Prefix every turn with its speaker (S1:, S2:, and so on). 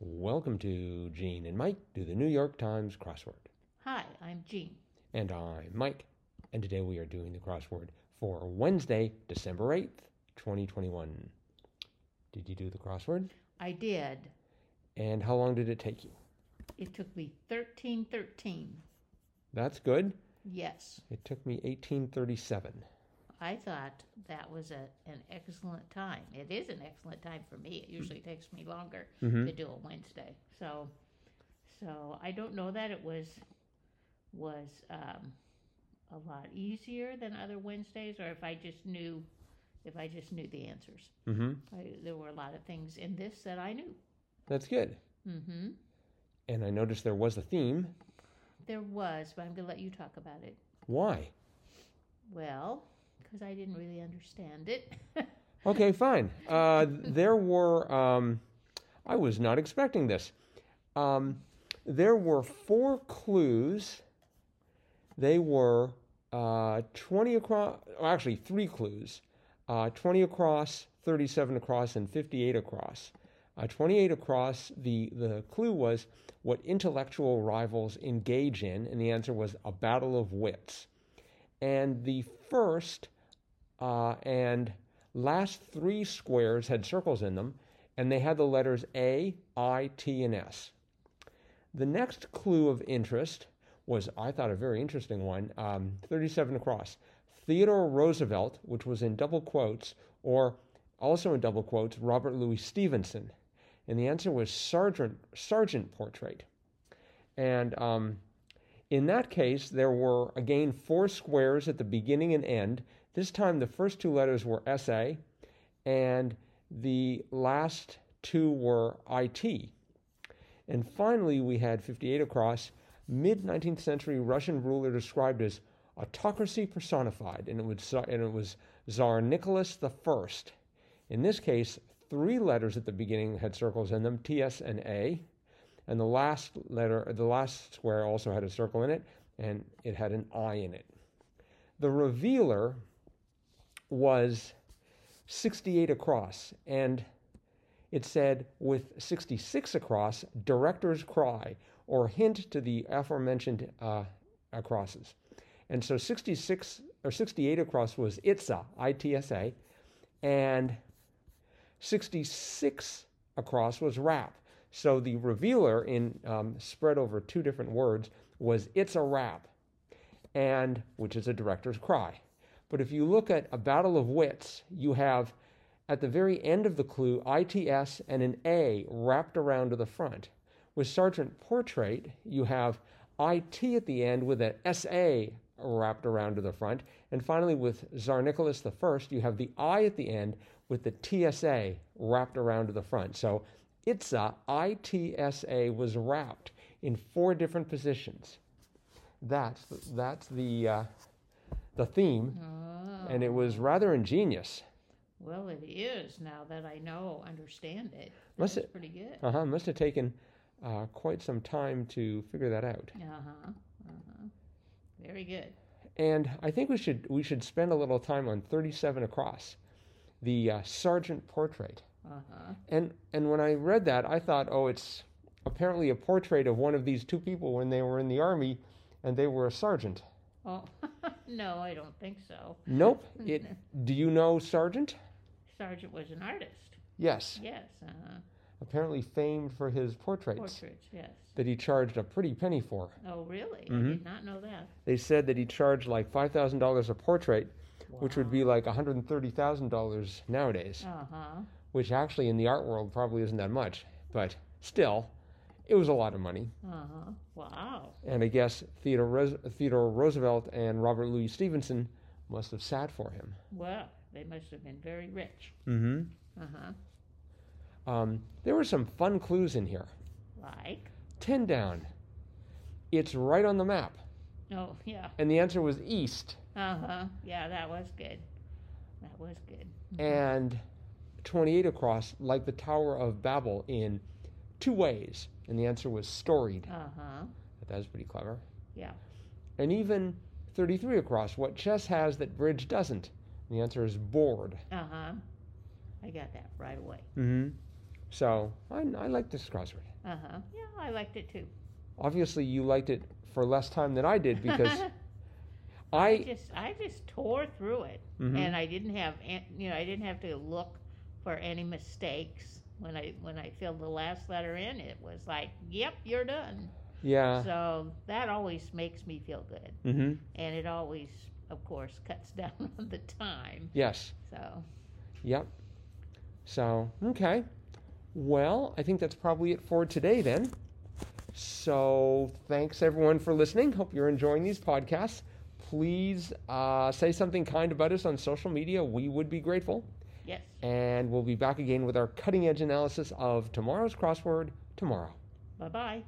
S1: Welcome to Gene and Mike do the New York Times crossword.
S2: Hi, I'm Jean.
S1: And I'm Mike, and today we are doing the crossword for Wednesday, December 8th, 2021. Did you do the crossword?
S2: I did.
S1: And how long did it take you?
S2: It took me 1313.
S1: That's good.
S2: Yes,
S1: It took me 1837.
S2: I thought that was a, an excellent time. It is an excellent time for me. It usually takes me longer
S1: Mm-hmm.
S2: to do a Wednesday. So, so I don't know that it was was um, a lot easier than other Wednesdays, or if I just knew if I just knew the answers. Mm-hmm. I, there were a lot of things in this that I knew.
S1: That's good. Mm-hmm. And I noticed there was a theme.
S2: There was, but I'm going to let you talk about it.
S1: Why?
S2: Well, because I didn't really understand it.
S1: Okay, fine. Uh, there were, um, I was not expecting this. Um, there were four clues. They were uh, 20 across, or actually, three clues uh, 20 across, 37 across, and 58 across. Uh, 28 across, the, the clue was what intellectual rivals engage in, and the answer was a battle of wits. And the first uh, and last three squares had circles in them, and they had the letters A, I, T, and S. The next clue of interest was, I thought, a very interesting one um, 37 across. Theodore Roosevelt, which was in double quotes, or also in double quotes, Robert Louis Stevenson. And the answer was Sergeant, Sergeant Portrait. And um, in that case, there were again four squares at the beginning and end. This time, the first two letters were SA, and the last two were IT. And finally, we had 58 across, mid 19th century Russian ruler described as autocracy personified, and it, would, and it was Tsar Nicholas I. In this case, three letters at the beginning had circles in them, TS and A, and the last letter, the last square also had a circle in it, and it had an I in it. The revealer was 68 across, and it said with 66 across, director's cry, or hint to the aforementioned uh, acrosses. And so 66 or 68 across was ITSA, I T S A, and 66 across was rap. So the revealer in um, spread over two different words was it's a rap, and which is a director's cry. But if you look at a battle of wits, you have at the very end of the clue ITS and an A wrapped around to the front. With Sergeant Portrait, you have IT at the end with an SA wrapped around to the front. And finally, with Tsar Nicholas I, you have the I at the end with the TSA wrapped around to the front. So ITSA, ITSA was wrapped in four different positions. That's the, that's the uh, the theme, and it was rather ingenious.
S2: Well, it is now that I know, understand it.
S1: Must
S2: That's
S1: it-
S2: pretty good.
S1: Uh huh. Must have taken uh, quite some time to figure that out.
S2: Uh huh. Uh huh. Very good.
S1: And I think we should we should spend a little time on 37 across, the uh, sergeant portrait.
S2: Uh huh.
S1: And and when I read that, I thought, oh, it's apparently a portrait of one of these two people when they were in the army, and they were a sergeant.
S2: Oh, no, I don't think so.
S1: Nope. It. do you know sergeant?
S2: Sargent was an artist.
S1: Yes.
S2: Yes. Uh huh.
S1: Apparently famed for his portraits
S2: Portraits. Yes.
S1: that he charged a pretty penny for.
S2: Oh, really?
S1: Mm-hmm.
S2: I did not know that.
S1: They said that he charged like five thousand dollars a portrait. Which would be like $130,000 nowadays.
S2: Uh huh.
S1: which actually in the art world probably isn't that much, but still, it was a lot of money.
S2: Uh huh. Wow.
S1: And I guess Theodore, Roos- Theodore Roosevelt and Robert Louis Stevenson must have sat for him.
S2: Well, they must have been very rich.
S1: Mm-hmm.
S2: Uh huh.
S1: Um, there were some fun clues in here.
S2: Like.
S1: 10 down. It's right on the map.
S2: Oh, yeah.
S1: And the answer was east.
S2: Uh huh. Yeah, that was good. That was good.
S1: Mm-hmm. And 28 across, like the Tower of Babel, in two ways. And the answer was storied.
S2: Uh huh.
S1: That was pretty clever.
S2: Yeah.
S1: and even 33 across, what chess has that bridge
S2: Uh-huh.
S1: doesn't? And the answer is bored.
S2: Uh huh. I got that right away.
S1: Mm-hmm. So I, I like this crossword.
S2: Uh huh. Yeah, I liked it too.
S1: Obviously, you liked it for less time than I did because
S2: I
S1: I.
S2: just I just tore through it,
S1: Mhm.
S2: and I didn't have an- you know I didn't have to look for any mistakes when I when I filled the last letter in. It was like, yep, you're done.
S1: Yeah.
S2: so that always makes me feel good,
S1: mm-hmm.
S2: and it always, of course, cuts down on the time.
S1: Yes.
S2: So
S1: Yep. So, okay. Well, I think that's probably it for today then. So, thanks everyone for listening. Hope you're enjoying these podcasts. Please uh, say something kind about us on social media. We would be grateful.
S2: yes,
S1: And we'll be back again with our cutting edge analysis of tomorrow's crossword tomorrow.
S2: bye bye.